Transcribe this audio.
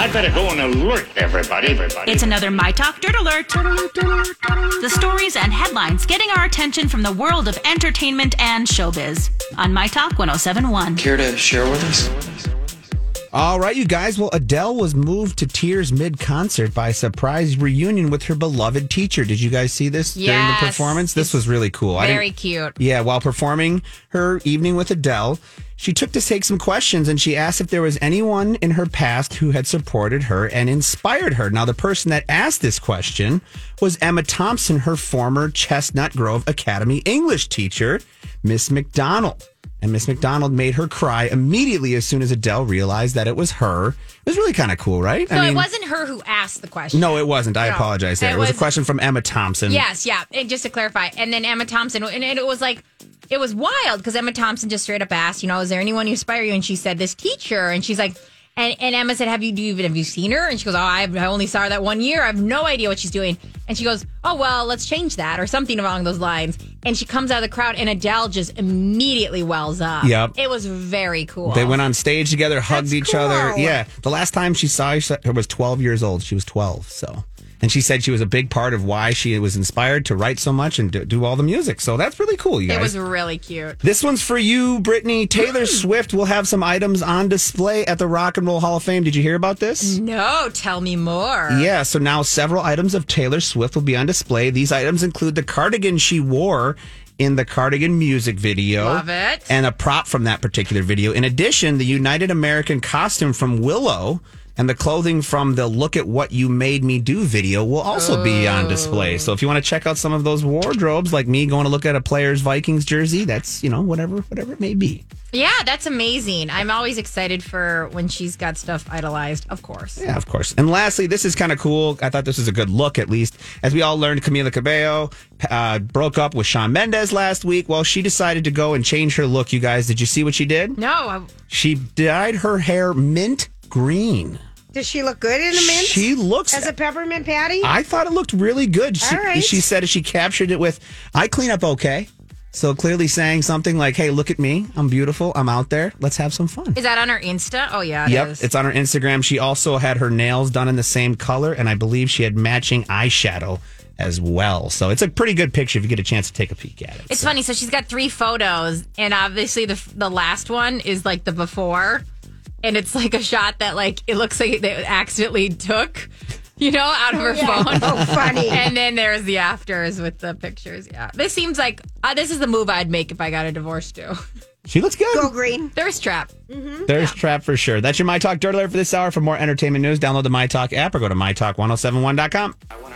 I better go and alert everybody. Everybody. It's another My Talk Dirt Alert. The stories and headlines getting our attention from the world of entertainment and showbiz on My Talk 1071. Care to share with us? All right, you guys. Well, Adele was moved to tears mid concert by a surprise reunion with her beloved teacher. Did you guys see this during the Yes. performance? This was really cool. I Very didn't- cute. Yeah, while performing her evening with Adele, she took to take some questions and she asked if there was anyone in her past who had supported her and inspired her. Now, the person that asked this question was Emma Thompson, her former Chestnut Grove Academy English teacher, Miss McDonald. And Miss McDonald made her cry immediately as soon as Adele realized that it was her. It was really kind of cool, right? So it wasn't her who asked the question. No, it wasn't. I No. apologize there. It, was, a was- question from Emma Thompson. Yes, yeah. And just to clarify, and then Emma Thompson, and it was like it was wild because Emma Thompson just straight up asked, you know, is there anyone who inspired you? And she said this teacher, and she's like, and, and Emma said, have you do you even have you seen her? And she goes, oh, I, I only saw her that one year. I have no idea what she's doing. And she goes, oh well, let's change that or something along those lines. And she comes out of the crowd, and Adele just immediately wells up. Yep. it was very cool. They went on stage together, hugged That's each other. cool. Yeah. The last time she saw her was 12 years old. She was 12. So, and she said she was a big part of why she was inspired to write so much and do, do all the music. So that's really cool, you guys. It was Mm. really cute. this one's for you, Brittany. Taylor Swift will have some items on display at the Rock and Roll Hall of Fame. Did you hear about this? No, tell me more. Yeah, so now several items of Taylor Swift will be on display. These items include the cardigan she wore in the cardigan music video. Love it. And a prop from that particular video. In addition, the United American costume from Willow and the clothing from the Look at What You Made Me Do video will also be on display. So if you want to check out some of those wardrobes, like me going to look at a player's Vikings jersey, that's, you know, whatever, whatever it may be. Yeah, that's amazing. I'm always excited for when she's got stuff idolized, of course. Yeah, of course. And lastly, this is kind of cool. I thought this was a good look, at least. As we all learned, Camila Cabello uh, broke up with Sean Mendez last week. Well, she decided to go and change her look, you guys. Did you see what she did? No, I, She dyed her hair mint green. Does she look good in a mint? She looks. as a peppermint patty. I thought it looked really good. She, All right. she said she captured it with, I clean up okay. So clearly saying something like, hey, look at me. I'm beautiful. I'm out there. Let's have some fun. is that on her Insta? Oh yeah, it Yep, is. it's on her Instagram. She also had her nails done in the same color, and I believe she had matching eyeshadow as well. So it's a pretty good picture if you get a chance to take a peek at it. It's funny. So she's got three photos, and obviously the the last one is like the before, and it's like a shot that like it looks like they accidentally took, you know, out of her phone. Oh, funny. And then there's the afters with the pictures. Yeah, this seems like uh, this is the move I'd make if I got a divorce too. She looks good. Go green. Thirst trap. There's Trap for sure. oh That's your My Talk Dirt Alert for this hour. For more entertainment news, download the My Talk app or go to MyTalk1071.com.